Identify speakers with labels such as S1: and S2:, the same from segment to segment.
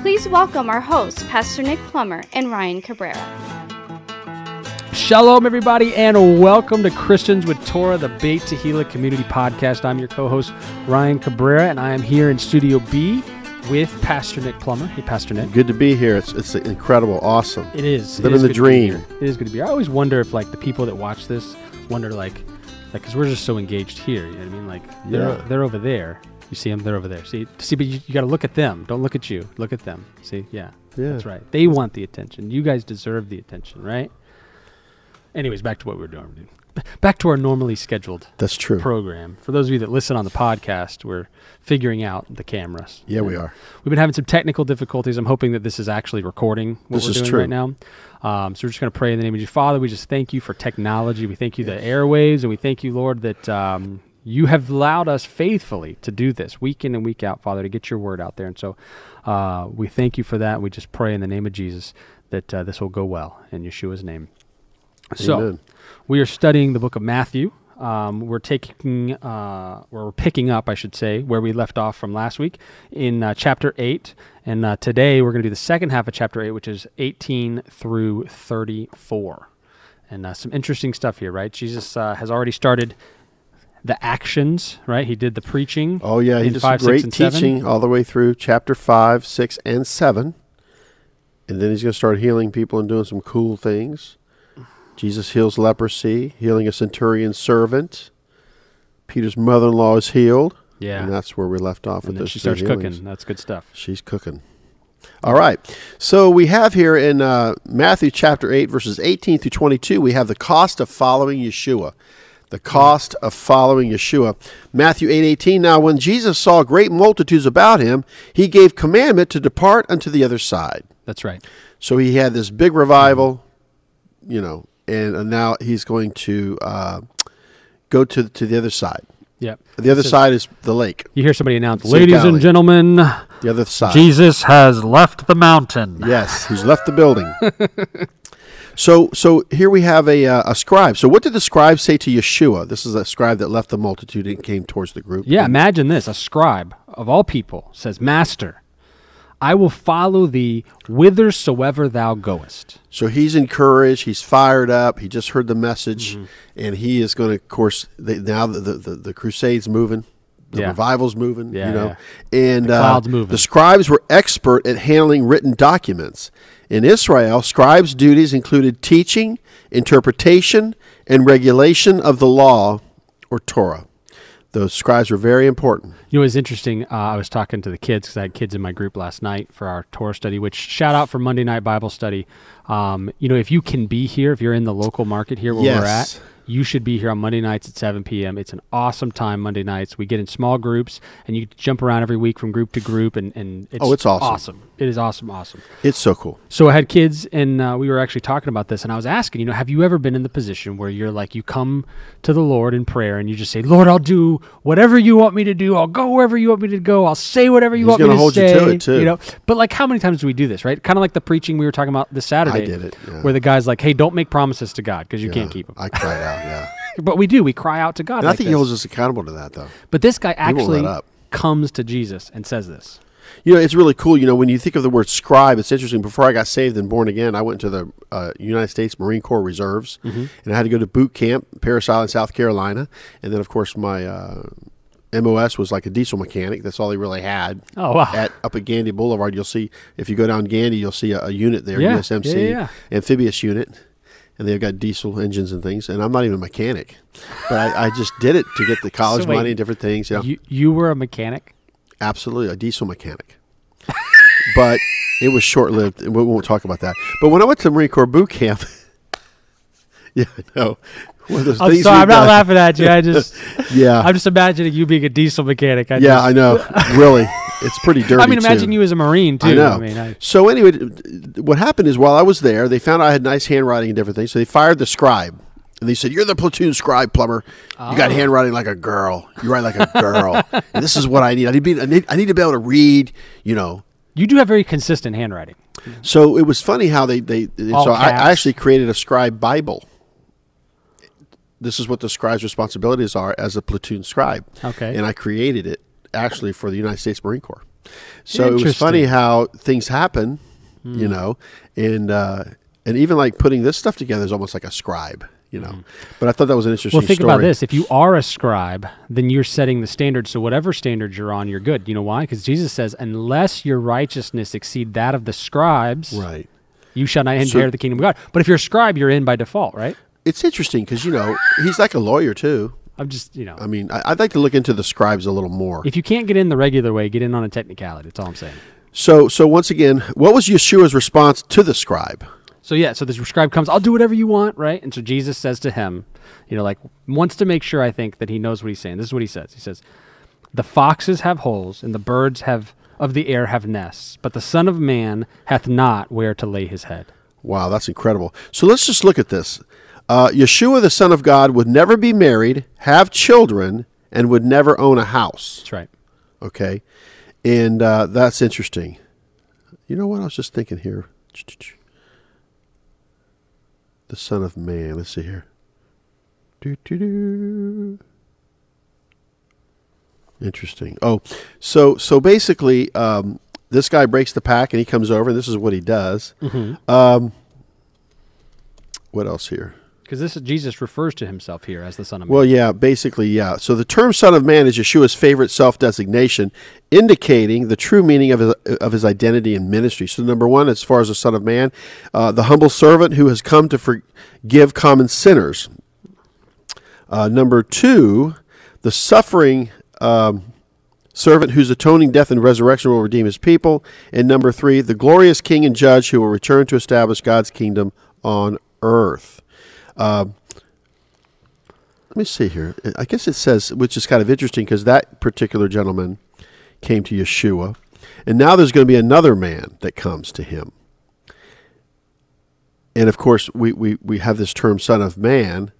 S1: Please welcome our hosts, Pastor Nick Plummer and Ryan Cabrera.
S2: Shalom, everybody, and welcome to Christians with Torah, the Beit Tehillah Community Podcast. I'm your co-host Ryan Cabrera, and I am here in Studio B with Pastor Nick Plummer. Hey, Pastor Nick.
S3: Good to be here. It's, it's incredible, awesome.
S2: It is
S3: Living
S2: it is
S3: the
S2: good to be
S3: dream.
S2: here. It is good to be. here. I always wonder if like the people that watch this wonder like, like because we're just so engaged here. You know what I mean? Like they're
S3: Yeah.
S2: they're over there. You see them. They're over there. See, see, but you, you got to look at them. Don't look at you. Look at them. See, yeah,
S3: Yeah.
S2: that's right. They want the attention. You guys deserve the attention, right? Anyways, back to what we were doing. B- Back to our normally scheduled
S3: That's true.
S2: program. For those of you that listen on the podcast, we're figuring out the cameras.
S3: yeah, we are.
S2: We've been having some technical difficulties. I'm hoping that this is actually recording what
S3: This
S2: we're
S3: is
S2: doing
S3: true.
S2: right now. Um, so we're just going to pray in the name of your Father. We just thank you for technology. We thank you the airwaves, and we thank you, Lord, that um, you have allowed us faithfully to do this week in and week out, Father, to get your word out there. And so uh, we thank you for that. We just pray in the name of Jesus that uh, this will go well in Yeshua's name. So
S3: Amen.
S2: we are studying the book of Matthew. Um, we're taking, uh, or we're picking up, I should say, where we left off from last week in uh, chapter 8. And uh, today we're going to do the second half of chapter 8, which is 18 through 34. And uh, some interesting stuff here, right? Jesus uh, has already started the actions, right? He did the preaching.
S3: Oh yeah, he
S2: in
S3: did
S2: five,
S3: some great
S2: six, and seven.
S3: teaching all the way through chapter five, six, and seven, and then he's going to start healing people and doing some cool things. Jesus heals leprosy, healing a centurion's servant. Peter's mother-in-law is healed,
S2: Yeah.
S3: and that's where we left off
S2: And
S3: with
S2: then
S3: those.
S2: she
S3: two
S2: starts
S3: healings.
S2: cooking. That's good stuff.
S3: She's cooking. All right. So we have here in uh, Matthew chapter 8, verses 18 through 22, we have the cost of following Yeshua. The cost of following Yeshua. Matthew 8 18. Now, when Jesus saw great multitudes about him, he gave commandment to depart unto the other side.
S2: That's right.
S3: So he had this big revival, you know, and, and now he's going to uh, go to, to the other side.
S2: Yep.
S3: The other
S2: So
S3: side is the lake.
S2: You hear somebody announce,
S3: Sea of
S2: ladies and
S3: Galilee."
S2: gentlemen,
S3: The other side.
S2: Jesus has left the mountain.
S3: Yes, he's left the building. so, so here we have a, uh, a scribe. So, what did the scribe say to Yeshua? This is a scribe that left the multitude and came towards the group.
S2: Yeah, imagine this. A scribe of all people says, Master, I will follow thee whithersoever thou goest.
S3: So he's encouraged. He's fired up. He just heard the message,
S2: Mm-hmm.
S3: and he is going to, of course, they, now the, the the the crusade's moving. The
S2: Yeah.
S3: revival's moving,
S2: Yeah,
S3: you know, and uh,
S2: cloud's moving.
S3: the scribes were expert at handling written documents. In Israel, scribes' duties included teaching, interpretation, and regulation of the law, or Torah. Those scribes were very important.
S2: You know, it was interesting. Uh, I was talking to the kids because I had kids in my group last night for our Torah study, which shout out for Monday Night Bible Study. Um, you know, if you can be here, if you're in the local market here where we're
S3: Yes.
S2: at, you should be here on Monday nights at 7 p.m. It's an awesome time Monday nights. We get in small groups and you jump around every week from group to group, and, and it's,
S3: Oh, it's awesome.
S2: It is awesome, awesome.
S3: It's so cool.
S2: So I had kids, and uh, we were actually talking about this, and I was asking, you know, have you ever been in the position where you're like, you come to the Lord in prayer, and you just say, Lord, I'll do whatever you want me to do, I'll go wherever you want me to go, I'll say whatever you
S3: He's
S2: want me to
S3: gonna hold you
S2: say,
S3: to it, too.
S2: you know. But like, how many times do we do this, right? Kind of like the preaching we were talking about this Saturday,
S3: did it, yeah.
S2: where the guy's like, hey, don't make promises to God because you can't keep them.
S3: Uh, I cried out. Yeah,
S2: But we do, we cry out to God.
S3: and I
S2: like
S3: think
S2: this.
S3: he holds us accountable to that, though.
S2: but this guy
S3: won't let
S2: actually
S3: up.
S2: comes to Jesus and says this.
S3: You know, it's really cool. You know, when you think of the word scribe, it's interesting. Before I got saved and born again, I went to the uh, United States Marine Corps Reserves,
S2: Mm-hmm.
S3: and I had to go to boot camp, Paris Island, South Carolina, and then of course my uh, MOS was like a diesel mechanic. That's all they really had.
S2: Oh, wow.
S3: At up at Gandy Boulevard, you'll see if you go down Gandy, you'll see a, a unit there,
S2: Yeah,
S3: USMC
S2: yeah, yeah.
S3: amphibious unit. And they've got diesel engines and things, and I'm not even a mechanic, but I, I just did it to get the college
S2: wait,
S3: money and different things. You know?
S2: You you were a mechanic.
S3: absolutely a diesel mechanic but it was short-lived and we won't talk about that but when i went to marine corps boot camp yeah i know one of those
S2: I'm
S3: things
S2: Oh, sorry,
S3: we've
S2: I'm not
S3: done.
S2: laughing at you. I just
S3: yeah
S2: I'm just imagining you being a diesel mechanic. I
S3: Uh, yeah
S2: just-
S3: i know really It's pretty dirty.
S2: I mean, imagine
S3: too.
S2: you as a Marine too.
S3: I know.
S2: mean, I,
S3: so anyway, d- d- what happened is while I was there, they found out I had nice handwriting and different things. So they fired the scribe, and they said, "You're the platoon scribe, plumber. You
S2: Oh.
S3: got handwriting like a girl. You write like a girl. and this is what I need. I need, to be, I need. I need to be able to read. You know."
S2: you do have very consistent handwriting.
S3: So it was funny how they they. they-
S2: All
S3: so I,
S2: caps.
S3: I actually created a scribe bible. This is what the scribe's responsibilities are as a platoon scribe.
S2: Okay.
S3: And I created it actually for the United States Marine Corps. So it was
S2: Interesting. Hmm.
S3: funny how things happen, you know, and uh, and even like putting this stuff together is almost like a scribe, you know. But I thought that was an interesting.
S2: Hmm. Well, think
S3: story.
S2: about this. If you are a scribe, then you're setting the standard. So whatever standard you're on, you're good. You know why? Because Jesus says, unless your righteousness exceed that of the scribes,
S3: right?
S2: you shall not inherit the kingdom of God. But if you're a scribe, you're in by default, right?
S3: It's interesting because you know he's like a lawyer too.
S2: I'm just, you know,
S3: I mean, I, I'd like to look into the scribes a little more.
S2: if you can't get in the regular way, get in on a technicality. That's all I'm saying.
S3: So, so once again, what was Yeshua's response to the scribe?
S2: So yeah, so this scribe comes, I'll do whatever you want, right? And so Jesus says to him, you know, like wants to make sure I think that he knows what he's saying. This is what he says. He says, "The foxes have holes and the birds have of the air have nests, but the son of man hath not where to lay his head."
S3: Wow, that's incredible. So let's just look at this. Uh, Yeshua, the Son of God, would never be married, have children, and would never own a house.
S2: That's right.
S3: Okay, and uh, that's interesting. You know what? I was just thinking here. The Son of Man. Let's see here. Doo, doo, doo. Interesting. Oh, so so basically, um, this guy breaks the pack and he comes over. and This is what he does. Um, what else here?
S2: Cuz this is Jesus refers to himself here as the son of man.
S3: Well, yeah, basically, yeah. So the term "Son of Man" is Yeshua's favorite self-designation, indicating the true meaning of his of his identity and ministry. So, number one, as far as the Son of Man, uh, the humble servant who has come to forgive common sinners. Uh, number two, the suffering um, servant whose atoning death and resurrection will redeem his people. And number three, the glorious King and Judge who will return to establish God's kingdom on earth. Let me see here. I guess it says, which is kind of interesting because that particular gentleman came to Yeshua. And now there's going to be another man that comes to him. And of course, we, we, we have this term son of man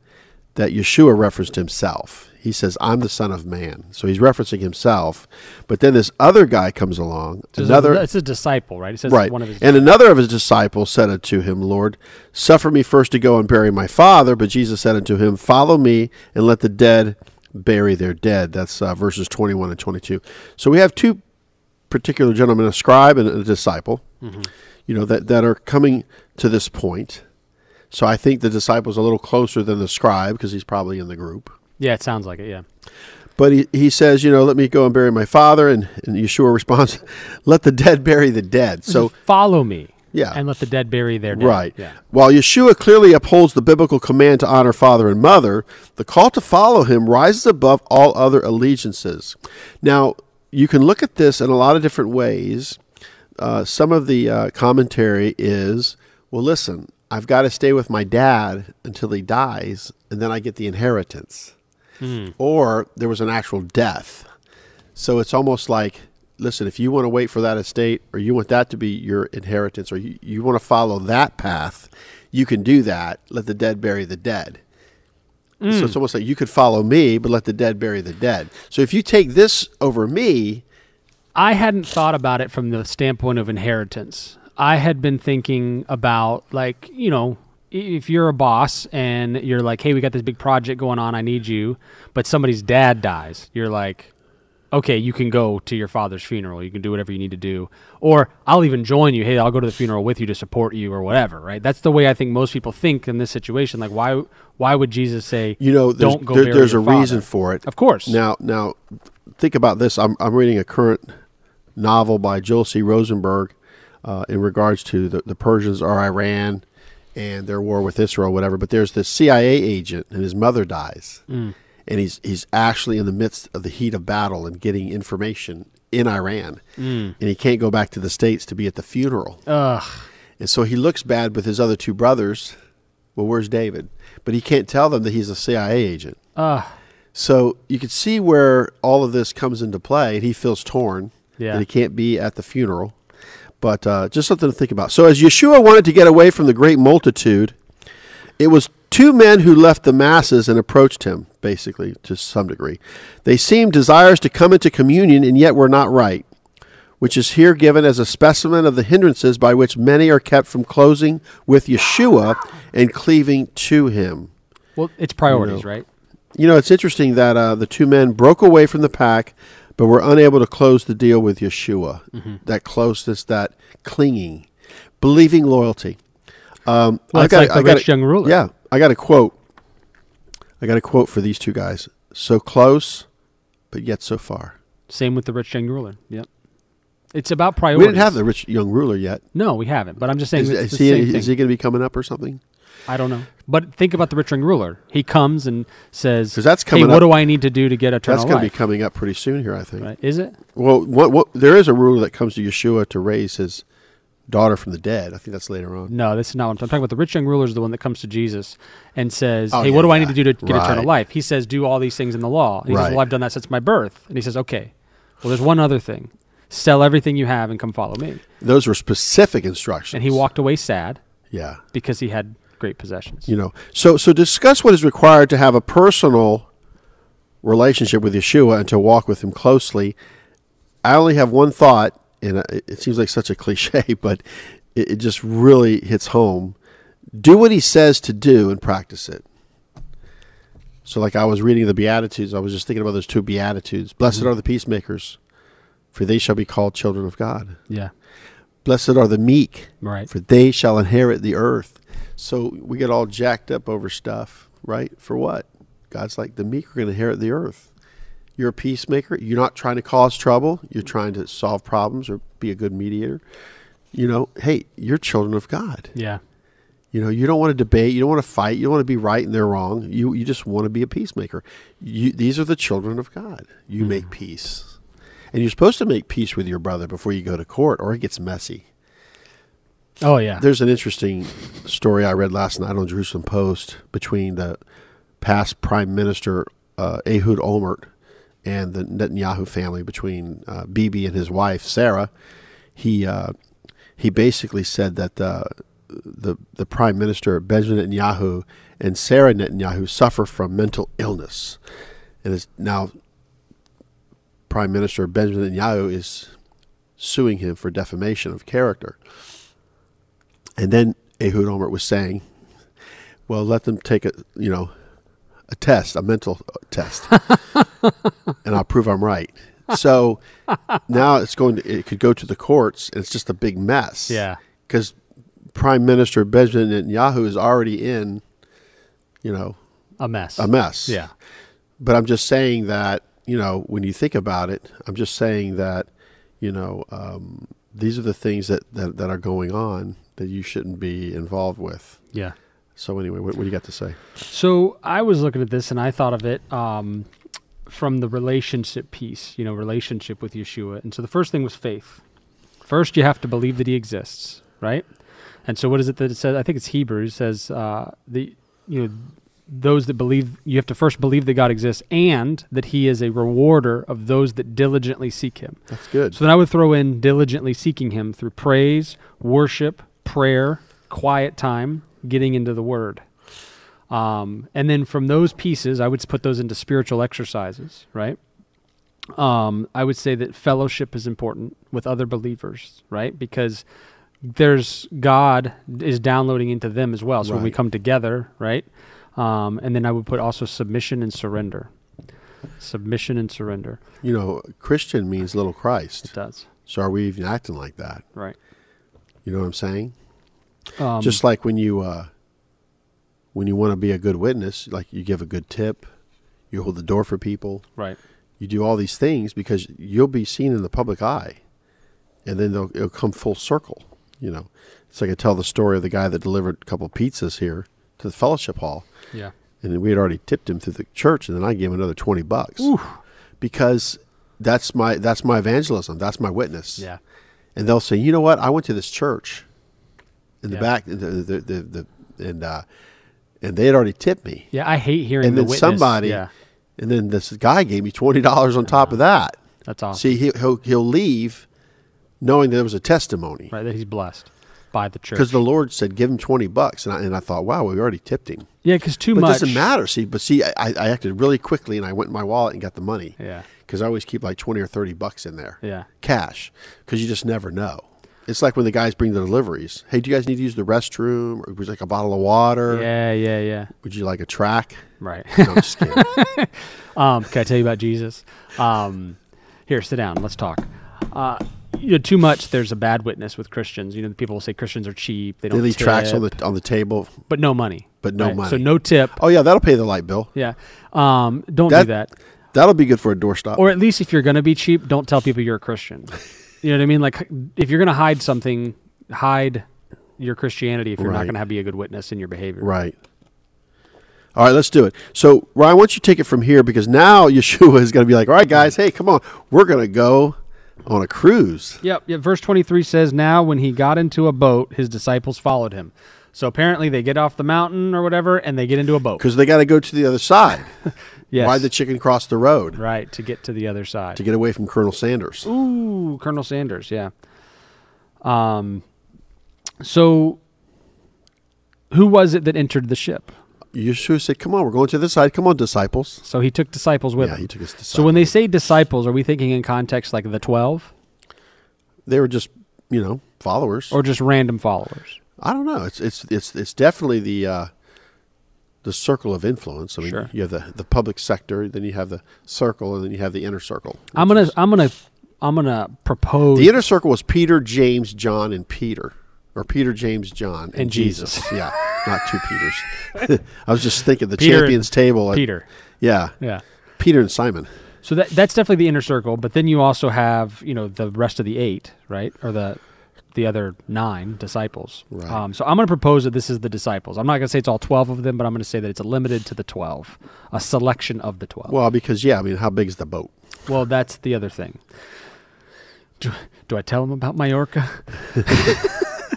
S3: that Yeshua referenced himself. He says, I'm the son of man. So he's referencing himself. But then this other guy comes along.
S2: So it's a-
S3: another,
S2: it's a disciple, right? It says
S3: right.
S2: one of his
S3: and another of his disciples said unto him, Lord, suffer me first to go and bury my father. But Jesus said unto him, Follow me and let the dead bury their dead. That's uh, verses 21 and 22. So we have two particular gentlemen, a scribe and a disciple,
S2: Mm-hmm.
S3: you know, that, that are coming to this point. So I think the disciple's a little closer than the scribe because he's probably in the group.
S2: Yeah, it sounds like it, yeah.
S3: But he, he says, you know, let me go and bury my father. And, and Yeshua responds, let the dead bury the dead. So
S2: Follow me.
S3: Yeah.
S2: And let the dead bury their dead.
S3: Right.
S2: Yeah.
S3: While Yeshua clearly upholds the biblical command to honor father and mother, the call to follow him rises above all other allegiances. Now, you can look at this in a lot of different ways. Uh, some of the uh, commentary is well, listen, I've got to stay with my dad until he dies, and then I get the inheritance. Or there was an actual death. So it's almost like, listen, if you want to wait for that estate or you want that to be your inheritance or you, you want to follow that path, you can do that. Let the dead bury the dead.
S2: Mm.
S3: So it's almost like you could follow me, but let the dead bury the dead. So if you take this over me,
S2: I hadn't thought about it from the standpoint of inheritance. I had been thinking about like, you know, i- if you're a boss and you're like, "Hey, we got this big project going on. I need you." But somebody's dad dies. You're like, "Okay, you can go to your father's funeral. You can do whatever you need to do." Or I'll even join you. "Hey, I'll go to the funeral with you to support you or whatever," right? That's the way I think most people think in this situation. Like, why why would Jesus say,
S3: you know, there's,
S2: "Don't go
S3: there-
S2: bury
S3: there's
S2: your
S3: a reason
S2: father?
S3: for it.
S2: Of course.
S3: Now, now, think about this. I'm, I'm reading a current novel by Joel C. Rosenberg uh, in regards to the, the Persians or Iran and their war with Israel, whatever. But there's this CIA agent, and his mother dies, and he's he's actually in the midst of the heat of battle and getting information in Iran, and he can't go back to the states to be at the funeral.
S2: Ugh.
S3: And so he looks bad with his other two brothers. Well, where's David? But he can't tell them that he's a CIA agent.
S2: Ugh.
S3: So you can see where all of this comes into play, and he feels torn.
S2: Yeah.
S3: that he can't be at the funeral. But uh, just something to think about. So, as Yeshua wanted to get away from the great multitude, it was two men who left the masses and approached him, basically, to some degree. They seemed desirous to come into communion and yet were not right, which is here given as a specimen of the hindrances by which many are kept from closing with Yeshua and cleaving to him.
S2: Well, it's priorities, right?
S3: You know, it's interesting that uh, the two men broke away from the pack, but were unable to close the deal with Yeshua.
S2: Mm-hmm.
S3: That closeness, that clinging, believing loyalty. Um,
S2: Well,
S3: I
S2: it's
S3: got,
S2: like the
S3: I got
S2: rich young ruler.
S3: Yeah, I got a quote. I got a quote for these two guys. So close, but yet so far.
S2: Same with the rich young ruler. Yep. It's about priorities.
S3: We didn't have the rich young ruler yet.
S2: No, we haven't. But I'm just saying
S3: Is,
S2: it's
S3: is
S2: the
S3: he,
S2: same thing.
S3: is he going to be coming up or something?
S2: I don't know. But think about the rich young ruler. He comes and says,
S3: 'Cause that's
S2: hey,
S3: coming
S2: what
S3: up.
S2: do I need to do to get eternal
S3: That's going to be
S2: life?
S3: coming up pretty soon here, I think.
S2: right? Is it?
S3: Well, what, what, there is a ruler that comes to Yeshua to raise his daughter from the dead. I think that's later on.
S2: No, this is not what I'm talking about. The rich young ruler is the one that comes to Jesus and says,
S3: Oh,
S2: hey,
S3: yeah,
S2: what do I
S3: yeah.
S2: need to do to get eternal
S3: Right.
S2: life? He says, do all these things in the law. And he says,
S3: Right.
S2: well, I've done that since my birth. And he says, okay, well, there's one other thing. Sell everything you have and come follow me.
S3: Those were specific instructions.
S2: And he walked away sad
S3: Yeah.
S2: because he had great possessions.
S3: You know. So so discuss what is required to have a personal relationship with Yeshua and to walk with him closely. I only have one thought, and I- it seems like such a cliche, but it, it just really hits home. Do what he says to do and practice it. So, like I was reading the Beatitudes, I was just thinking about those two Beatitudes. Blessed are the peacemakers, for they shall be called children of God.
S2: Yeah.
S3: Blessed are the meek,
S2: Right.
S3: for they shall inherit the earth. So we get all jacked up over stuff, right? For what? God's like, the meek are going to inherit the earth. You're a peacemaker. You're not trying to cause trouble. You're trying to solve problems or be a good mediator. You know, hey, you're children of God.
S2: Yeah.
S3: You know, you don't want to debate. You don't want to fight. You don't want to be right and they're wrong. You you just want to be a peacemaker. You, these are the children of God. You make peace, and you're supposed to make peace with your brother before you go to court, or it gets messy.
S2: Oh, yeah.
S3: There's an interesting story I read last night on Jerusalem Post between the past Prime Minister uh, Ehud Olmert and the Netanyahu family, between uh, Bibi and his wife Sarah. He uh, he basically said that uh, the the Prime Minister Benjamin Netanyahu and Sarah Netanyahu suffer from mental illness, and is now Prime Minister Benjamin Netanyahu is suing him for defamation of character. And then Ehud Olmert was saying, "Well, let them take a you know a test, a mental test, and I'll prove I'm right." So now it's going to it could go to the courts, and it's just a big mess.
S2: Yeah.
S3: because Prime Minister Benjamin Netanyahu is already in, you know,
S2: a mess.
S3: a mess.
S2: Yeah.
S3: But I'm just saying that, you know, when you think about it, I'm just saying that, you know, um, these are the things that, that, that are going on that you shouldn't be involved with.
S2: Yeah.
S3: So, anyway, what, what do you got to say?
S2: So I was looking at this and I thought of it um, from the relationship piece, you know, relationship with Yeshua. And so the first thing was faith. First, you have to believe that he exists, right? And so what is it that it says? I think it's Hebrews says uh, the you know those that believe you have to first believe that God exists and that he is a rewarder of those that diligently seek him.
S3: That's good.
S2: So then I would throw in diligently seeking him through praise, worship, prayer, quiet time, getting into the word. Um, and then from those pieces, I would s- put those into spiritual exercises, right? Um, I would say that fellowship is important with other believers, right? Because there's God is downloading into them as well. So when we
S3: Right.
S2: come together, right? Um, and then I would put also submission and surrender. Submission and surrender.
S3: you know, Christian means little
S2: It
S3: Christ.
S2: does,
S3: So, are we even acting like that?
S2: right?
S3: You know what I'm saying?
S2: Um,
S3: just like when you uh, when you want to be a good witness, like you give a good tip, you hold the door for people,
S2: right.
S3: you do all these things because you'll be seen in the public eye and then they'll, it'll come full circle you know it's like i tell the story of the guy that delivered a couple pizzas here to the fellowship hall
S2: Yeah.
S3: and then we had already tipped him through the church and then i gave him another 20 bucks because that's my that's my evangelism that's my witness
S2: Yeah.
S3: and they'll say, you know what? I went to this church in the
S2: Yeah.
S3: back, the, the, the, the, and uh, and they had already tipped me.
S2: Yeah, Uh-huh. I hate hearing
S3: And
S2: the
S3: then
S2: witness.
S3: somebody,
S2: Yeah.
S3: and then this guy gave me twenty dollars on top of that.
S2: That's awesome.
S3: See, he, he'll, he'll leave knowing that there was a testimony
S2: right? That he's blessed by the church.
S3: because the Lord said, give him 20 bucks. And I, and I thought, wow, we already tipped him.
S2: yeah, because too
S3: But
S2: much.
S3: it doesn't matter. See, but see, I, I acted really quickly and I went in my wallet and got the money.
S2: Yeah.
S3: Because I always keep like 20 or 30 bucks in there.
S2: Yeah.
S3: Cash. Because you just never know. It's like when the guys bring the deliveries. Hey, do you guys need to use the restroom? Or would you like a bottle of water?
S2: Yeah, yeah, yeah.
S3: Would you like a track?
S2: Right.
S3: No, I'm just kidding.
S2: Um, can I tell you about Jesus? Um, here, sit down. Let's talk. Uh, you know, too much. There's a bad witness with Christians. You know, people will say Christians are cheap. They
S3: they
S2: don't
S3: leave
S2: tip,
S3: tracks on the on the table.
S2: but no money.
S3: but no
S2: So
S3: money.
S2: no tip.
S3: Oh yeah, that'll pay the light bill.
S2: Yeah. Um, don't do
S3: That-
S2: that.
S3: That'll be good for a doorstop.
S2: Or at least if you're gonna be cheap, don't tell people you're a Christian. you know what I mean? Like if you're gonna hide something, hide your Christianity if you're not
S3: Right.
S2: gonna be a good witness in your behavior.
S3: Right. All right, let's do it. So, Ryan, why don't you take it from here? Because now Yeshua is going to be like, all right, guys, hey, come on. We're going to go on a cruise.
S2: Yep, yep. Verse 23 says, Now when he got into a boat, his disciples followed him. So apparently they get off the mountain or whatever and they get into a boat.
S3: because they got to go to the other side.
S2: Yes.
S3: Why the chicken cross the road
S2: right, to get to the other side.
S3: to get away from Colonel Sanders?
S2: Ooh, Colonel Sanders, yeah. Um, so who was it that entered the ship?
S3: Yeshua said, "Come on, we're going to this side. Come on, disciples."
S2: So he took disciples with
S3: Yeah,
S2: him.
S3: he took his
S2: So when they say disciples, are we thinking in context like the 12
S3: They were just, you know, followers.
S2: or just random followers?
S3: I don't know. It's it's it's it's definitely the uh, the circle of influence. I mean,
S2: Sure.
S3: you have the the public sector, then you have the circle, and then you have the inner circle.
S2: I'm going to I'm going to I'm going to propose
S3: The inner circle was Peter, James, John, and Peter, or Peter, James, John, and,
S2: And Jesus.
S3: Jesus. yeah, not two Peters. I was just thinking the
S2: Peter-
S3: champions table. at-
S2: Peter.
S3: Yeah.
S2: Yeah.
S3: Peter and Simon.
S2: So that that's definitely the inner circle, but then you also have you know the rest of the eight, right, or the the other nine disciples.
S3: Right.
S2: Um, so I'm going to propose that this is the disciples. I'm not going to say it's all twelve of them, but I'm going to say that it's limited to the twelve, a selection of the twelve. Well,
S3: Well, because yeah, I mean, how big is the boat?
S2: that's the other thing. Do, do I tell them about Majorca?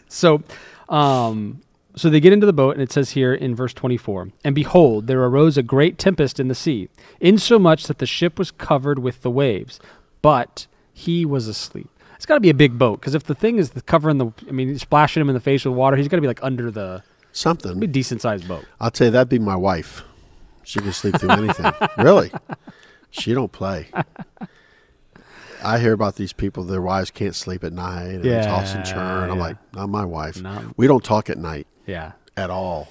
S2: so, um, so they get into the boat, and it says here in verse 24, and behold, there arose a great tempest in the sea, insomuch that the ship was covered with the waves, but he was asleep. It's got to be a big boat because if the thing is the covering the, I mean, splashing him in the face with water, he's got to be like under the be a
S3: Something.
S2: decent sized boat.
S3: I'll tell you, that'd be my wife. She can sleep through anything. really, she don't play. I hear about these people; their wives can't sleep at night and they toss and
S2: Yeah,
S3: churn. I'm
S2: yeah.
S3: like, not my wife.
S2: Not-
S3: We don't talk at night
S2: Yeah,
S3: at all.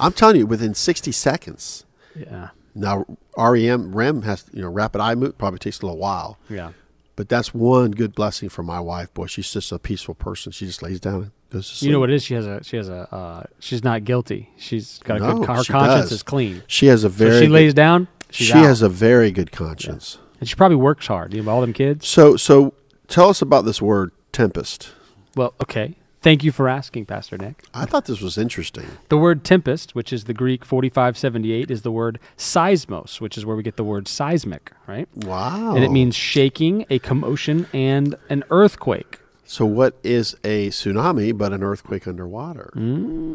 S3: I'm telling you, within 60 seconds.
S2: yeah,
S3: Now, E REM, REM has you know rapid eye movement probably takes a little while,
S2: yeah.
S3: but that's one good blessing for my wife. Boy, she's just a peaceful person. She just lays down and goes to sleep.
S2: You know what it is? She has a she has a uh, she's not guilty. She's got a
S3: No,
S2: good con- her
S3: she
S2: conscience
S3: does.
S2: is clean.
S3: She has a very
S2: so she
S3: good-
S2: lays down. She's
S3: she
S2: out.
S3: has a very good conscience.
S2: and she probably works hard. You know, all them kids.
S3: So so tell us about this word tempest.
S2: Well, okay. Thank you for asking, Pastor Nick.
S3: I thought this was interesting.
S2: The word tempest, which is the Greek 4578, is the word seismos, which is where we get the word seismic, right?
S3: Wow.
S2: And it means shaking, a commotion, and an earthquake.
S3: so what is a tsunami but an earthquake underwater?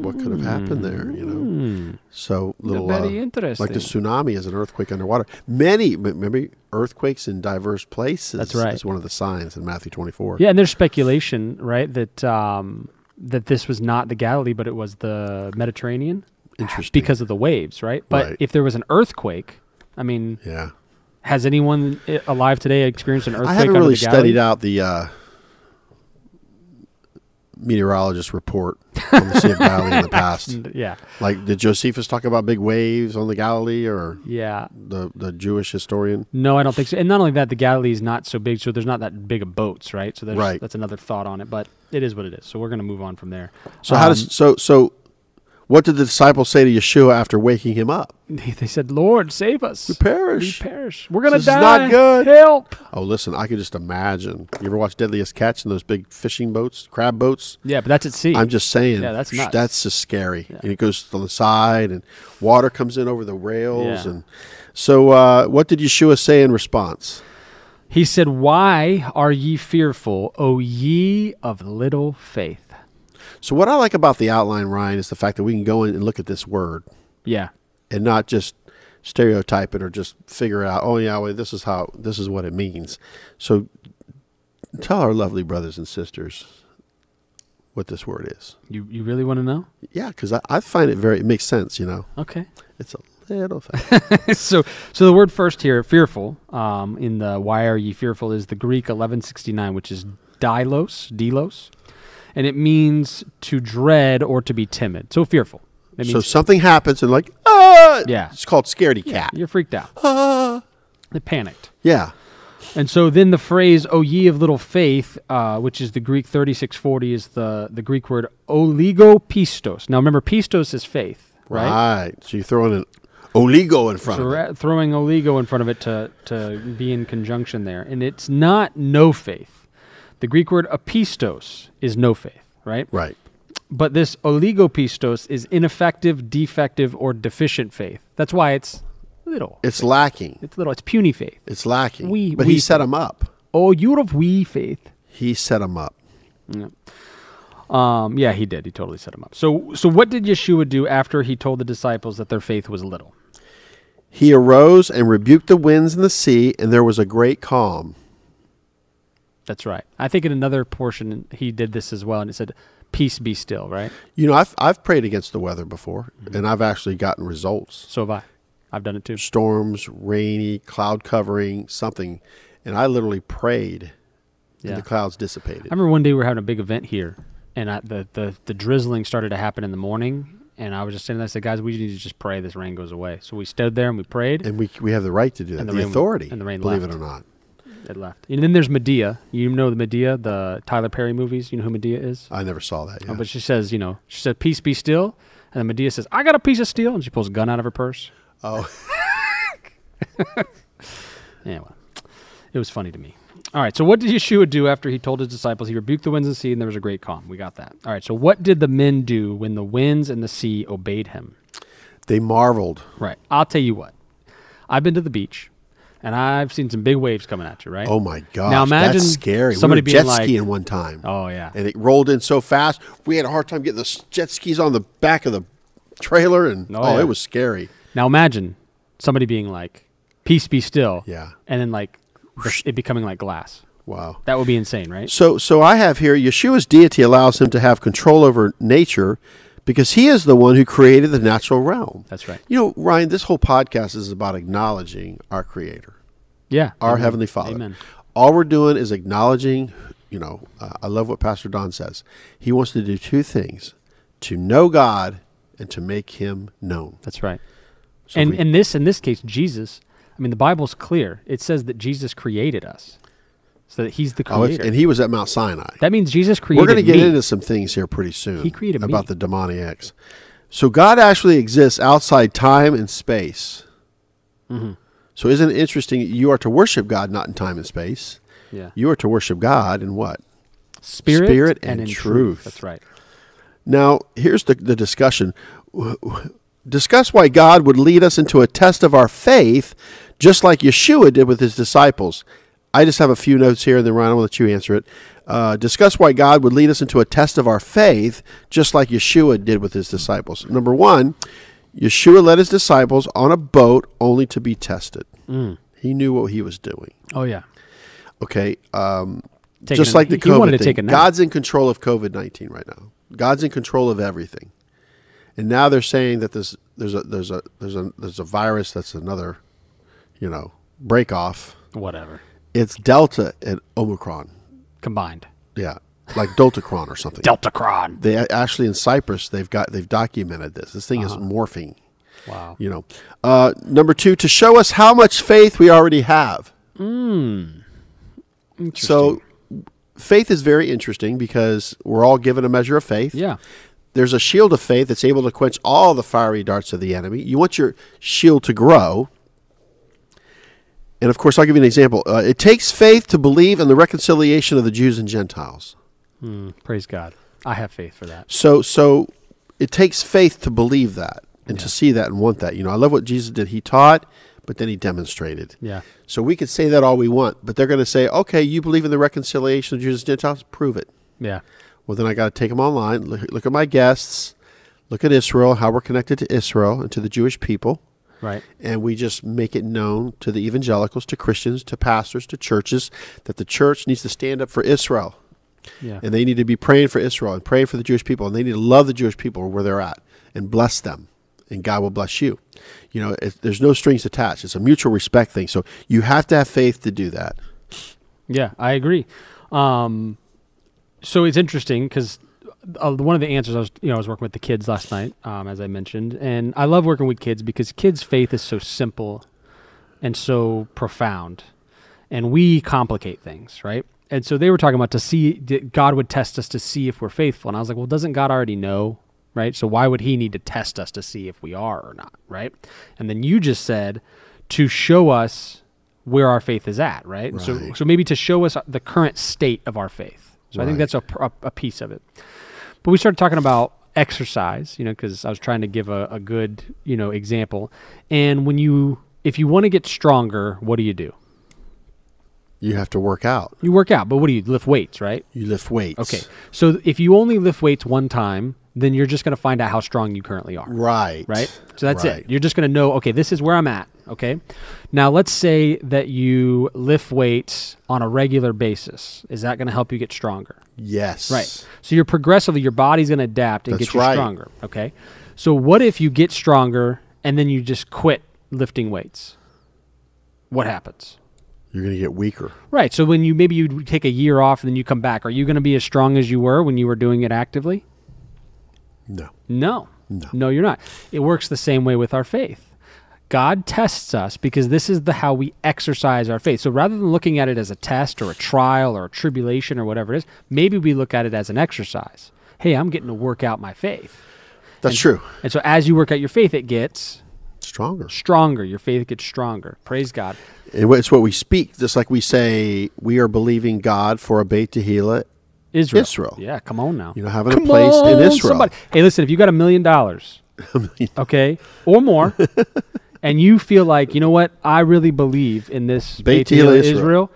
S3: What could have happened there, you
S2: Hmm.
S3: know? So little
S2: Very
S3: uh,
S2: interesting.
S3: like the tsunami is an earthquake underwater. Many m- remember earthquakes in diverse places
S2: That's right.
S3: is one of the signs in Matthew 24.
S2: Yeah, and there's speculation, right, that um, that this was not the Galilee, but it was the Mediterranean.
S3: Interesting.
S2: because of the waves, right? But
S3: Right.
S2: if there was an earthquake, I mean,
S3: yeah.
S2: has anyone i- alive today experienced an earthquake?
S3: I haven't
S2: under
S3: really
S2: the Galilee?
S3: studied out the uh, meteorologist report on the Sea of Galilee in the past.
S2: And- Yeah,
S3: Like, did Josephus talk about big waves on the Galilee, or
S2: yeah.
S3: the the Jewish historian?
S2: No, I don't think so. And not only that, the Galilee is not so big, so there's not that big of boats, right? So there's,
S3: Right.
S2: that's another thought on it, but it is what it is. So we're going to move on from there.
S3: So how
S2: Um,
S3: does so so? What did the disciples say to Yeshua after waking him up?
S2: they said, "Lord, save us. We
S3: perish.
S2: perish. We're going to
S3: This is
S2: die.
S3: not good."
S2: Help."
S3: Oh, listen, I could just imagine. You ever watch Deadliest Catch and those big fishing boats, crab boats?
S2: Yeah, but that's at sea.
S3: I'm just saying,
S2: Yeah, that's
S3: sh-
S2: nuts.
S3: that's just scary. And it goes to the side, and water comes in over the rails,
S2: Yeah.
S3: and so uh, what did Yeshua say in response?
S2: He said, "Why are ye fearful, O ye of little faith?"
S3: So what I like about the outline, Ryan, is the fact that we can go in and look at this word
S2: Yeah.
S3: and not just stereotype it or just figure out, oh yeah, well, this is how this is what it means. So tell our lovely brothers and sisters what this word is.
S2: You you really want to know?
S3: Yeah, because I, I find it very it makes sense. You know,
S2: Okay.
S3: it's a little thing.
S2: so so the word first here, fearful, um, in the why are ye fearful is the Greek 1169, which is dilos, delos, and it means to dread or to be timid. So fearful. It
S3: so
S2: means
S3: something happens and like ah,
S2: Yeah.
S3: it's called scaredy cat.
S2: you're freaked out.
S3: Ah.
S2: They panicked.
S3: yeah.
S2: And so then the phrase "O ye of little faith," uh, which is the Greek 3640, is the the Greek word oligopistos. Now remember, pistos is faith,
S3: Right.
S2: right?
S3: So you throw in an oligo in front
S2: So
S3: of it.
S2: ra- throwing oligo in front of it to to be in conjunction there, and it's not no faith. The Greek word apistos is no faith, right?
S3: Right.
S2: But this oligopistos is ineffective, defective, or deficient faith. That's why it's little.
S3: It's lacking.
S2: It's little. It's puny faith.
S3: It's lacking.
S2: We-
S3: but
S2: we-
S3: he set him up.
S2: Oh, you're of wee faith.
S3: He set him up.
S2: Um, yeah, he did. He totally set him up. So, so what did Yeshua do after he told the disciples that their faith was little?
S3: He arose and rebuked the winds and the sea, and there was a great calm.
S2: That's right. I think in another portion he did this as well, and it said, "Peace be still." Right.
S3: You know, I've I've prayed against the weather before,
S2: Mm-hmm.
S3: and I've actually gotten results.
S2: So have I. I've done it too.
S3: Storms, rainy, cloud covering, something, and I literally prayed,
S2: Yeah.
S3: and the clouds dissipated.
S2: I remember one day we were having a big event here, and I, the, the the drizzling started to happen in the morning, and I was just sitting there. I said, "Guys, we need to just pray this rain goes away." So we stood there and we prayed.
S3: and we we have the right to do that.
S2: And
S3: the
S2: the rain-
S3: authority,
S2: and the rain
S3: believe
S2: left.
S3: it or not.
S2: It left. And then there's Medea. You know the Medea, the Tyler Perry movies. You know who Medea is?
S3: I never saw that.
S2: Uh,
S3: yeah.
S2: But she says, you know, she said, "Peace be still," and then Medea says, "I got a piece of steel," and she pulls a gun out of her purse.
S3: Oh.
S2: yeah, well, it was funny to me. All right, so what did Yeshua do after he told his disciples he rebuked the winds and sea, and there was a great calm? We got that. All right, so what did the men do when the winds and the sea obeyed him?
S3: They marveled.
S2: Right. I'll tell you what. I've been to the beach, and I've seen some big waves coming at you. Right.
S3: Oh my gosh!
S2: imagine
S3: that's scary.
S2: somebody
S3: we were
S2: being
S3: jet
S2: like-
S3: skiing one time.
S2: Oh, yeah.
S3: and it rolled in so fast we had a hard time getting the s- jet skis on the back of the trailer, and
S2: Oh,
S3: oh,
S2: yeah.
S3: it was scary.
S2: Now imagine somebody being like, "Peace be still."
S3: Yeah.
S2: And then like it becoming like glass.
S3: Wow.
S2: That would be insane, right?
S3: So, so I have here Yeshua's deity allows him to have control over nature because he is the one who created the natural realm.
S2: That's right.
S3: You know, Ryan, this whole podcast is about acknowledging our creator,
S2: Yeah.
S3: our
S2: Amen.
S3: heavenly father.
S2: Amen.
S3: All we're doing is acknowledging, you know, uh, I love what Pastor Don says. He wants to do two things to know God and to make him known.
S2: That's right.
S3: So
S2: and
S3: we-
S2: in this in this case, Jesus. I mean, the Bible's clear. It says that Jesus created us, so that He's the
S3: Oh, it's-
S2: creator.
S3: and he was at Mount Sinai.
S2: that means Jesus created.
S3: We're going to get
S2: me.
S3: into some things here pretty soon.
S2: He created me.
S3: about the demoniacs. So God actually exists outside time and space.
S2: Mm-hmm.
S3: So isn't it interesting? You are to worship God not in time and space.
S2: yeah.
S3: You are to worship God in what?
S2: spirit,
S3: spirit and
S2: in
S3: truth.
S2: That's right.
S3: Now here's the, the discussion. Discuss why God would lead us into a test of our faith, just like Yeshua did with his disciples. I just have a few notes here, and then Ryan, I'll let you answer it. Uh, discuss why God would lead us into a test of our faith, just like Yeshua did with his disciples. Number one, Yeshua led his disciples on a boat only to be tested. He knew what he was doing.
S2: Oh yeah.
S3: Okay, um,
S2: Taking
S3: just
S2: a-
S3: like the
S2: he-
S3: COVID
S2: he wanted to
S3: thing.
S2: take a nap.
S3: God's in control of COVID nineteen right now. God's in control of everything, and now they're saying that this there's a there's a there's a there's a virus that's another, you know, break off.
S2: Whatever.
S3: It's Delta and Omicron,
S2: Combined.
S3: yeah, like Deltacron or something.
S2: Deltacron.
S3: they a- actually in Cyprus they've got they've documented this. This thing is morphing,
S2: Uh-huh. Wow.
S3: you know. Uh, number two, to show us how much faith we already have.
S2: Hmm.
S3: So faith is very interesting because we're all given a measure of faith.
S2: Yeah.
S3: There's a shield of faith that's able to quench all the fiery darts of the enemy. You want your shield to grow. And of course, I'll give you an example. Uh, it takes faith to believe in the reconciliation of the Jews and Gentiles.
S2: Mm, praise God. I have faith for that.
S3: So, so it takes faith to believe that and to see that and want that. You know, I love what Jesus did. He taught, but then he demonstrated.
S2: Yeah.
S3: So we could say that all we want, but they're going to say, "Okay, you believe in the reconciliation of Jews and Gentiles? Prove it."
S2: Yeah.
S3: Well, then I got to take them online. Look, look at my guests. Look at Israel, how we're connected to Israel and to the Jewish people.
S2: Right.
S3: And we just make it known to the evangelicals, to Christians, to pastors, to churches that the church needs to stand up for Israel.
S2: Yeah.
S3: And they need to be praying for Israel and praying for the Jewish people. And they need to love the Jewish people where they're at and bless them. And God will bless you. You know, it, there's no strings attached. It's a mutual respect thing. So you have to have faith to do that.
S2: Yeah, I agree. Um, so it's interesting because uh, one of the answers I was, you know, I was working with the kids last night, um, as I mentioned, and I love working with kids because kids' faith is so simple and so profound, and we complicate things, right? And so they were talking about to see that God would test us to see if we're faithful, and I was like, well, doesn't God already know? Right, so why would he need to test us to see if we are or not? Right, and then you just said to show us where our faith is at, right? So,
S3: Right.
S2: so maybe to show us the current state of our faith. So I think
S3: Right.
S2: that's a, pr- a, a piece of it. But we started talking about exercise, you know, because I was trying to give a, a good, you know, example. And when you, if you want to get stronger, what do you do?
S3: You have to work out.
S2: You work out, but what do you lift weights, right?
S3: You lift weights.
S2: Okay. So if you only lift weights one time, then you're just going to find out how strong you currently are.
S3: Right.
S2: right? So that's
S3: Right.
S2: it. You're just going to know, okay, this is where I'm at. Okay. Now, let's say that you lift weights on a regular basis. Is that going to help you get stronger?
S3: Yes.
S2: Right. So you're progressively, your body's going to adapt and
S3: That's
S2: get you
S3: right.
S2: stronger. Okay. So what if you get stronger and then you just quit lifting weights? What happens?
S3: You're going to get weaker.
S2: Right. So when you maybe you take a year off and then you come back, are you going to be as strong as you were when you were doing it actively?
S3: No.
S2: No.
S3: No.
S2: you're not. It works the same way with our faith. God tests us because this is the how we exercise our faith. So rather than looking at it as a test or a trial or a tribulation or whatever it is, maybe we look at it as an exercise. Hey, I'm getting to work out my faith.
S3: That's true.
S2: And so as you work out your faith, it gets
S3: Stronger.
S2: stronger. Your faith gets stronger. Praise God.
S3: And what- It's what we speak, just like we say, we are believing God for a Beit Tehillah.
S2: Israel.
S3: Israel.
S2: Yeah, come on now.
S3: You know, having a place in Israel.
S2: Hey, listen, if you got a million dollars, okay, or more, and you feel like, you know what, I really believe in this
S3: Beit
S2: Beit Hillel
S3: Hillel
S2: Israel.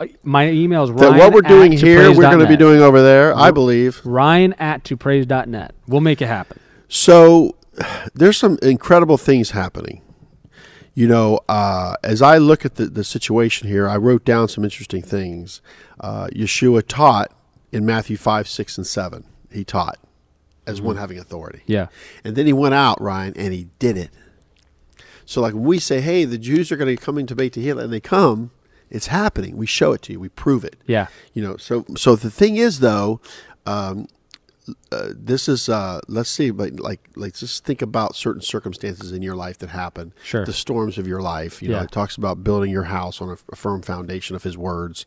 S2: uh, My email is
S3: That
S2: Ryan
S3: what we're doing
S2: at
S3: here, we're going to be
S2: topraise.net.
S3: doing over there, I believe.
S2: Ryan at topraise.net. We'll make it happen.
S3: So there's some incredible things happening. You know, uh, as I look at the, the situation here, I wrote down some interesting things. Uh, Yeshua taught in Matthew 5, 6, and 7. He taught as one having authority.
S2: Yeah.
S3: And then he went out, Ryan, and he did it. So, like when we say, hey, the Jews are going to come into Beit Tehillah, and they come, it's happening. We show it to you. We prove it.
S2: Yeah.
S3: You know, so so the thing is though, um, uh, this is uh, let's see, but like like just think about certain circumstances in your life that happen.
S2: Sure.
S3: The storms of your life. You know,
S2: Yeah.
S3: it talks about building your house on a, a firm foundation of His words.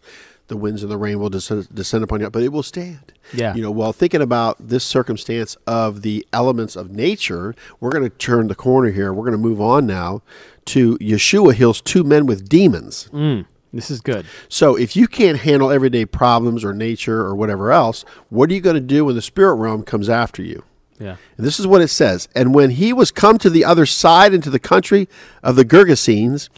S3: The winds and the rain will descend, descend upon you, but it will stand.
S2: Yeah.
S3: You know, while thinking about this circumstance of the elements of nature, we're going to turn the corner here. We're going to move on now to Yeshua heals two men with demons.
S2: Mm. This is good.
S3: So if you can't handle everyday problems or nature or whatever else, what are you going to do when the spirit realm comes after you?
S2: Yeah.
S3: And this is what it says. And when he was come to the other side into the country of the Gergesenes,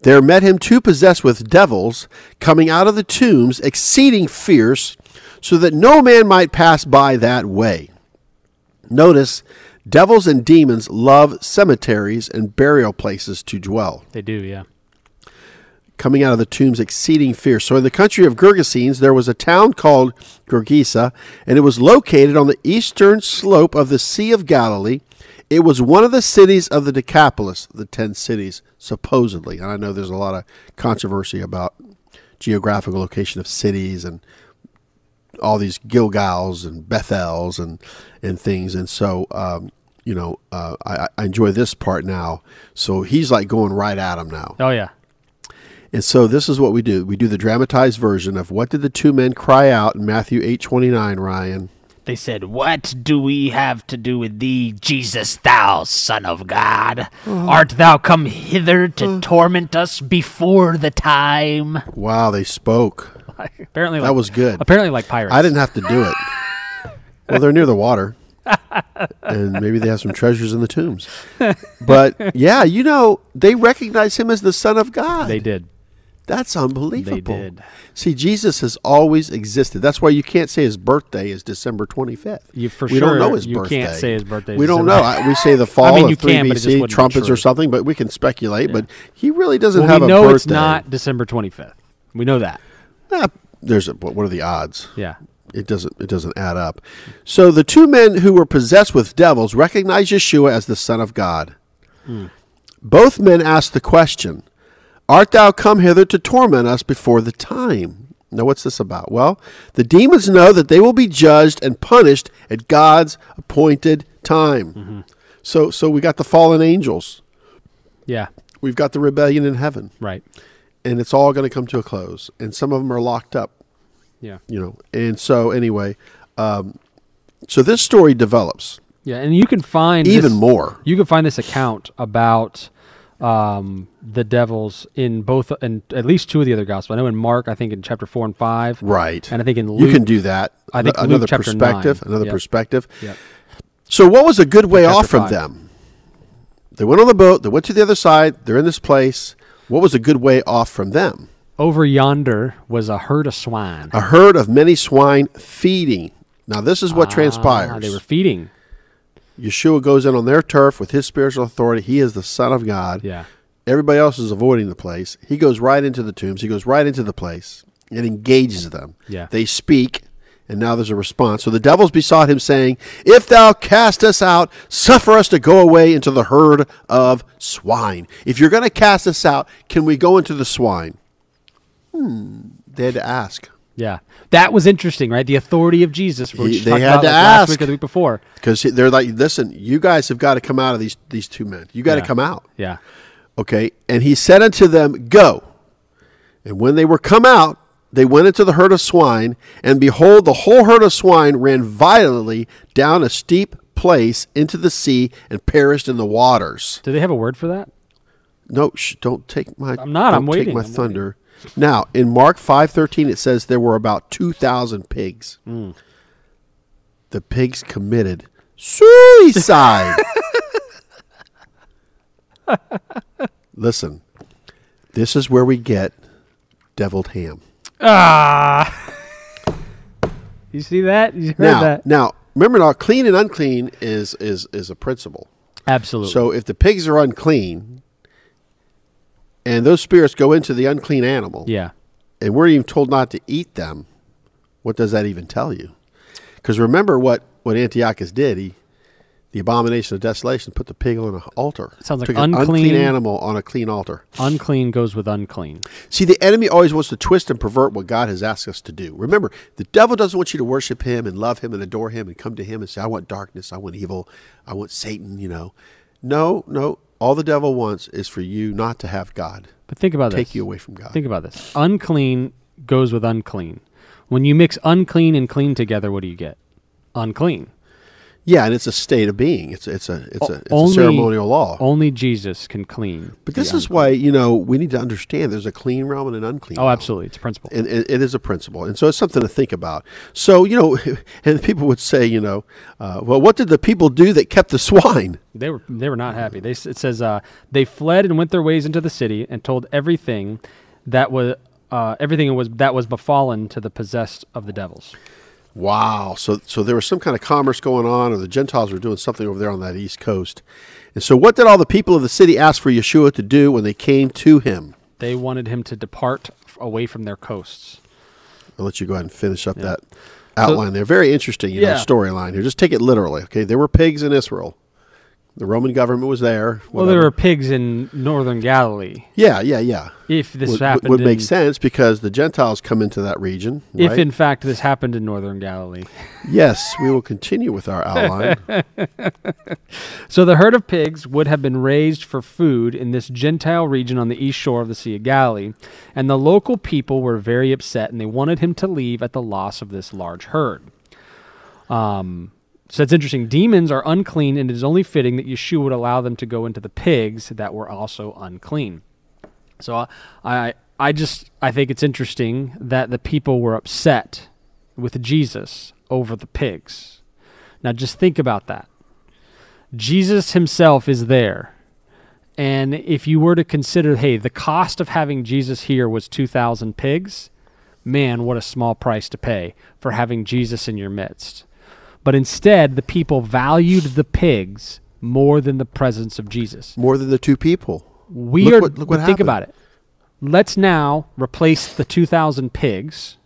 S3: there met him two possessed with devils, coming out of the tombs, exceeding fierce, so that no man might pass by that way. Notice, devils and demons love cemeteries and burial places to dwell
S2: They do, yeah.
S3: coming out of the tombs exceeding fierce. So in the country of Gergesenes, there was a town called Gergesa, and it was located on the eastern slope of the Sea of Galilee. It was one of the cities of the Decapolis, the ten cities, supposedly. And I know there's a lot of controversy about geographical location of cities and all these Gilgals and Bethels and and things. And so, um, you know, uh, I, I enjoy this part now. So he's like going right at him now.
S2: Oh, yeah.
S3: And so this is what we do. We do the dramatized version of what did the two men cry out in Matthew 8:29, Ryan?
S4: They said, What do we have to do with thee, Jesus, thou Son of God?
S2: Oh.
S4: Art thou come hither to torment us before the time?
S3: Wow, they spoke.
S2: apparently,
S3: That
S2: like-
S3: was good.
S2: Apparently, like pirates.
S3: I didn't have to do it. Well, they're near the water. And maybe they have some treasures in the tombs. But yeah, you know, they recognize him as the son of God.
S2: They did.
S3: That's unbelievable.
S2: did.
S3: See, Jesus has always existed. That's why you can't say his birthday is December 25th.
S2: You- for
S3: we don't
S2: sure,
S3: know his
S2: you
S3: birthday.
S2: can't say his birthday is
S3: We don't know.
S2: December.
S3: I, we say the fall
S2: mean, you
S3: of 3
S2: can, but it just
S3: BC,
S2: wouldn't be
S3: trumpets
S2: true.
S3: or something, but we can speculate. But he really doesn't
S2: Well,
S3: have
S2: we
S3: a
S2: know
S3: birthday.
S2: it's not December 25th. We know that.
S3: Ah, there's a, what what are the odds?
S2: Yeah.
S3: it doesn't it doesn't add up. So the two men who were possessed with devils recognized Yeshua as the Son of God. Both men asked the question, "Art thou come hither to torment us before the time?" Now what's this about? Well, the demons know that they will be judged and punished at God's appointed time. So so we got the fallen angels.
S2: Yeah.
S3: We've got the rebellion in heaven,
S2: Right.
S3: and it's all going to come to a close. And some of them are locked up
S2: Yeah.
S3: you know and so anyway um, so this story develops
S2: Yeah, and you can find
S3: even
S2: this-
S3: more
S2: You can find this account about um, the devils in both, and at least two of the other gospels. I know in Mark, I think in chapter four and five,
S3: right
S2: And I think in
S3: you
S2: Luke,
S3: can do that
S2: I think Luke
S3: another
S2: chapter
S3: perspective
S2: nine.
S3: another
S2: Yep.
S3: perspective
S2: Yep.
S3: so what was a good way
S2: Chapter
S3: off from
S2: five.
S3: them they went on the boat they went to the other side they're in this place what was a good way off from them
S2: Over yonder was a herd of swine.
S3: a herd of many swine feeding now this is what
S2: Ah,
S3: transpires
S2: they were feeding.
S3: yeshua goes in on their turf with his spiritual authority he is the son of god
S2: Yeah,
S3: Everybody else is avoiding the place. He goes right into the tombs. He goes right into the place and engages them.
S2: Yeah.
S3: They speak, and now there's a response. So the devils besought him, saying, If thou cast us out, suffer us to go away into the herd of swine. If you're going to cast us out, can we go into the swine? Hmm. They had to ask
S2: yeah. That was interesting, right? The authority of Jesus.
S3: He-
S2: Which
S3: they
S2: they
S3: had
S2: about
S3: to
S2: like last
S3: ask.
S2: week or the week before.
S3: because they're like, Listen, you guys have got to come out of these, these two men. You got to
S2: Yeah.
S3: come out.
S2: Yeah,
S3: Okay. And he said unto them, Go. And when they were come out, they went into the herd of swine, and behold, the whole herd of swine ran violently down a steep place into the sea and perished in the waters.
S2: do they have a word for that?
S3: No, sh- don't take my.
S2: I'm not,
S3: don't
S2: I'm
S3: take
S2: waiting,
S3: my
S2: I'm waiting.
S3: thunder. Now, in Mark five thirteen, it says there were about two thousand pigs.
S2: Hmm.
S3: The pigs committed suicide. Listen, this is where we get deviled ham.
S2: Ah. You see that? You heard
S3: Now,
S2: that?
S3: now, remember now, clean and unclean is is is a principle.
S2: Absolutely.
S3: So if the pigs are unclean, and those spirits go into the unclean animal,
S2: yeah,
S3: and we're even told not to eat them, what does that even tell you? Because remember what, what Antiochus did. He, the abomination of desolation, put the pig on an altar.
S2: Sounds like
S3: Took an
S2: unclean-
S3: unclean animal on a clean altar.
S2: unclean goes with unclean.
S3: See, the enemy always wants to twist and pervert what God has asked us to do. Remember, the devil doesn't want you to worship him and love him and adore him and come to him and say, I want darkness, I want evil, I want Satan, you know. No, no. All the devil wants is for you not to have God,
S2: But think about
S3: take
S2: this.
S3: you away from God.
S2: Think about this. Unclean goes with unclean. When you mix unclean and clean together, what do you get? Unclean.
S3: Yeah, and it's a state of being. It's it's a it's a, it's
S2: Only-
S3: a ceremonial law.
S2: Only Jesus can clean.
S3: but this is why you know we need to understand there's a clean realm and an unclean.
S2: Oh,
S3: realm.
S2: absolutely. It's a principle.
S3: And it, it is a principle, and so it's something to think about. So you know, and people would say, you know, uh, well, what did the people do that kept the swine?
S2: They were they were not happy. They s- it says uh, they fled and went their ways into the city and told everything that was uh, everything was that was befallen to the possessed of the devils.
S3: Wow. So so there was some kind of commerce going on, or the Gentiles were doing something over there on that east coast. And so, what did all the people of the city ask for Yeshua to do when they came to him?
S2: They wanted him to depart f- away from their coasts.
S3: I'll let you go ahead and finish up that outline there. Very interesting, you know,
S2: Yeah.
S3: storyline here. Just take it literally. Okay, there were pigs in Israel. The Roman government was there.
S2: Well,
S3: whatever.
S2: there were pigs in northern Galilee.
S3: Yeah, yeah, yeah.
S2: If this
S3: Would,
S2: happened,
S3: would, would make
S2: in-
S3: sense because the Gentiles come into that region.
S2: If
S3: right?
S2: in fact this happened in northern Galilee.
S3: yes, we will continue with our outline.
S2: So the herd of pigs would have been raised for food in this Gentile region on the east shore of the Sea of Galilee, and the local people were very upset and they wanted him to leave at the loss of this large herd. Um, so it's interesting. Demons are unclean, and it is only fitting that Yeshua would allow them to go into the pigs that were also unclean. So I, I, I just I think it's interesting that the people were upset with Jesus over the pigs. Now just think about that. Jesus himself is there, And if you were to consider, hey, the cost of having Jesus here was 2,000 pigs, man, what a small price to pay for having Jesus in your midst. But instead, the people valued the pigs more than the presence of Jesus.
S3: More than the two people.
S2: We
S3: Look
S2: are
S3: what- look what
S2: think
S3: happened.
S2: about it. Let's now replace the 2,000 pigs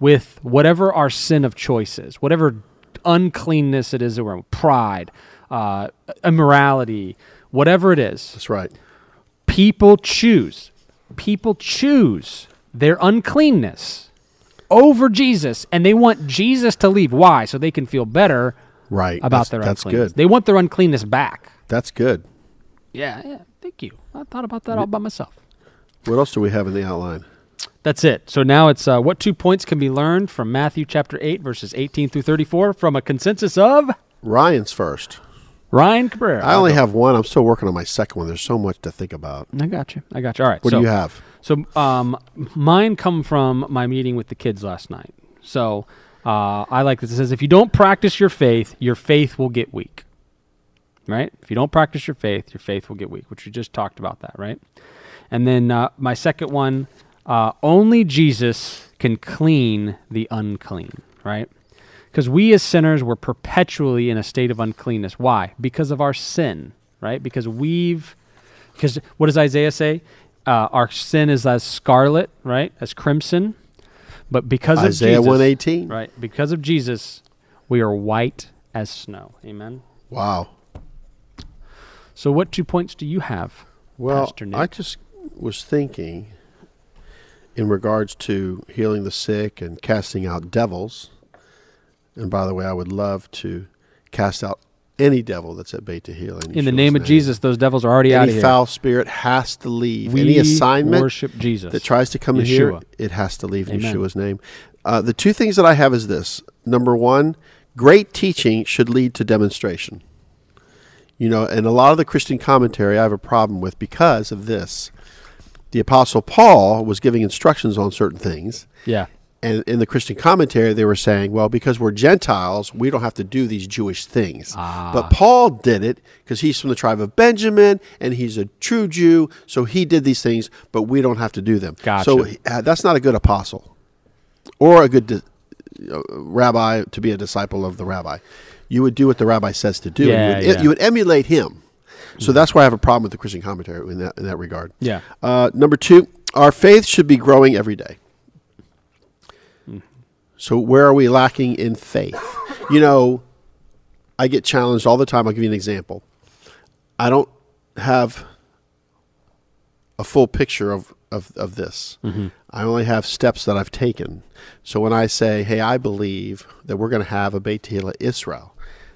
S2: with whatever our sin of choice is, whatever uncleanness it is that we're in, pride, uh, immorality, whatever it is.
S3: That's right.
S2: People choose. People choose their uncleanness over Jesus, and they want Jesus to leave. Why? So they can feel better
S3: Right.
S2: about
S3: that's,
S2: their
S3: That's
S2: uncleanness.
S3: good.
S2: They want their uncleanness back.
S3: that's good.
S2: Yeah, yeah. Thank you. I thought about that all by myself.
S3: What else do we have in the outline?
S2: That's it. So now it's uh, what two points can be learned from Matthew chapter 8, verses 18 through 34 from a consensus of
S3: Ryan's first.
S2: Ryan Cabrera.
S3: I only have one. I'm still working on my second one. There's so much to think about.
S2: I got you. I got you. All right.
S3: What
S2: so,
S3: do you have?
S2: So um, mine come from my meeting with the kids last night. So uh, I like this. It says, if you don't practice your faith, your faith will get weak. Right? If you don't practice your faith, your faith will get weak, which we just talked about that, right? And then uh, my second one, uh, only Jesus can clean the unclean, right? Because we as sinners were perpetually in a state of uncleanness. Why? Because of our sin, right? Because we've because what does Isaiah say? Uh, our sin is as scarlet, right? As crimson. But because
S3: Isaiah
S2: of Jesus,
S3: 118.
S2: right? Because of Jesus, we are white as snow. Amen.
S3: Wow.
S2: So, what two points do you have,
S3: Well,
S2: Pastor Nick?
S3: I just was thinking in regards to healing the sick and casting out devils. And by the way, I would love to cast out any devil that's at Beta Healing.
S2: in the name of Jesus, those devils are already out of
S3: Any
S2: here.
S3: foul spirit has to leave.
S2: we
S3: any assignment
S2: worship Jesus.
S3: that tries to come in here,
S2: Yeshua.
S3: it has to leave in
S2: Amen.
S3: Yeshua's name. Uh, the two things that I have is this: number one, great teaching should lead to demonstration. You know, and a lot of the Christian commentary I have a problem with because of this. The Apostle Paul was giving instructions on certain things,
S2: Yeah.
S3: and in the Christian commentary, they were saying, well, because we're Gentiles, we don't have to do these Jewish things.
S2: Ah.
S3: But Paul did it because he's from the tribe of Benjamin and he's a true Jew. So he did these things, but we don't have to do them.
S2: Gotcha.
S3: So uh, that's not a good apostle or a good di- uh, rabbi to be a disciple of the rabbi. You would do what the rabbi says to do, and you,
S2: Yeah,
S3: would,
S2: yeah.
S3: you would emulate him. So that's why I have a problem with the Christian commentary in that, in that regard.
S2: Yeah.
S3: Uh, number two, our faith should be growing every day. So where are we lacking in faith? You know, I get challenged all the time. I'll give you an example. I don't have a full picture of of, of this.
S2: Mm-hmm.
S3: I only have steps that I've taken. So when I say, "Hey, I believe that we're going to have a Beit Tehillah Israel,"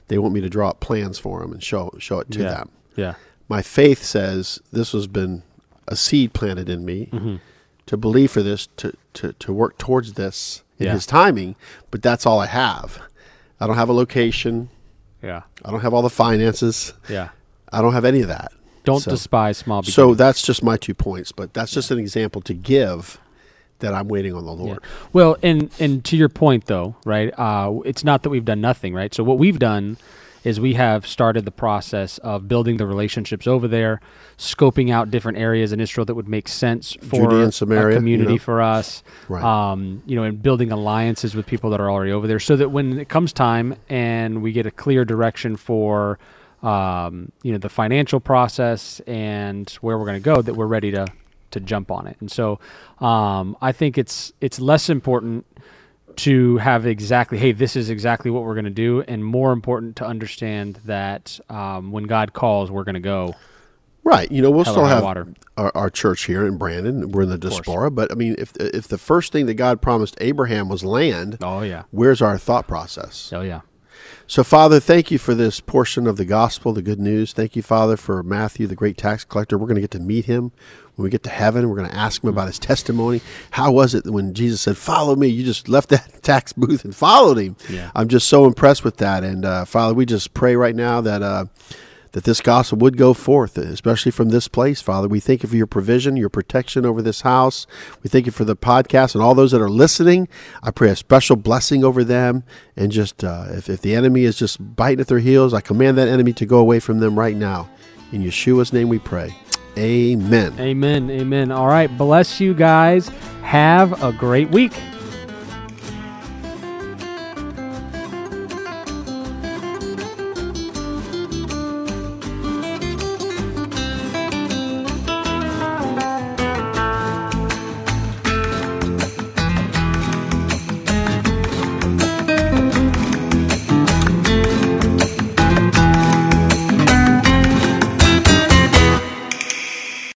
S3: they want me to draw up plans for them and show show it to
S2: Yeah.
S3: them
S2: Yeah.
S3: my faith says this has been a seed planted in me
S2: Mm-hmm.
S3: to believe for this, to, to, to work towards this in
S2: Yeah.
S3: his timing, but that's all I have. I don't have a location.
S2: Yeah.
S3: I don't have all the finances.
S2: Yeah.
S3: I don't have any of that.
S2: Don't
S3: So-
S2: despise small beginnings.
S3: So that's just my two points, but that's just an example to give that I'm waiting on the Lord.
S2: Yeah. Well, and and to your point though, right? Uh, it's not that we've done nothing, right? So what we've done is we have started the process of building the relationships over there, scoping out different areas in Israel that would make sense for
S3: Judea and
S2: our
S3: Samaria, you
S2: community
S3: know.
S2: for us.
S3: Right.
S2: Um, you know, and building alliances with people that are already over there, so that when it comes time and we get a clear direction for. Um, you know the financial process and where we're going to go that we're ready to to jump on it. And so um, I think it's it's less important to have exactly hey this is exactly what we're going to do, and more important to understand that um, when God calls, we're going to go.
S3: Right. You know, we'll
S2: Hell or
S3: still
S2: high
S3: have
S2: water.
S3: Our, our church here in Brandon. We're in the diaspora, but I mean, if if the first thing that God promised Abraham was land,
S2: Oh yeah,
S3: where's our thought process?
S2: oh yeah,
S3: So, Father, thank you for this portion of the gospel, the good news. Thank you, Father, for Matthew, the great tax collector. We're going to get to meet him when we get to heaven. We're going to ask him about his testimony. How was it when Jesus said, Follow me? You just left that tax booth and followed him.
S2: Yeah.
S3: I'm just so impressed with that. And, uh, Father, we just pray right now that. Uh, that this gospel would go forth, especially from this place, Father. We thank you for your provision, your protection over this house. We thank you for the podcast and all those that are listening. I pray a special blessing over them. And just uh, if, if the enemy is just biting at their heels, I command that enemy to go away from them right now. In Yeshua's name we pray. Amen.
S2: Amen. Amen. All right. Bless you guys. Have a great week.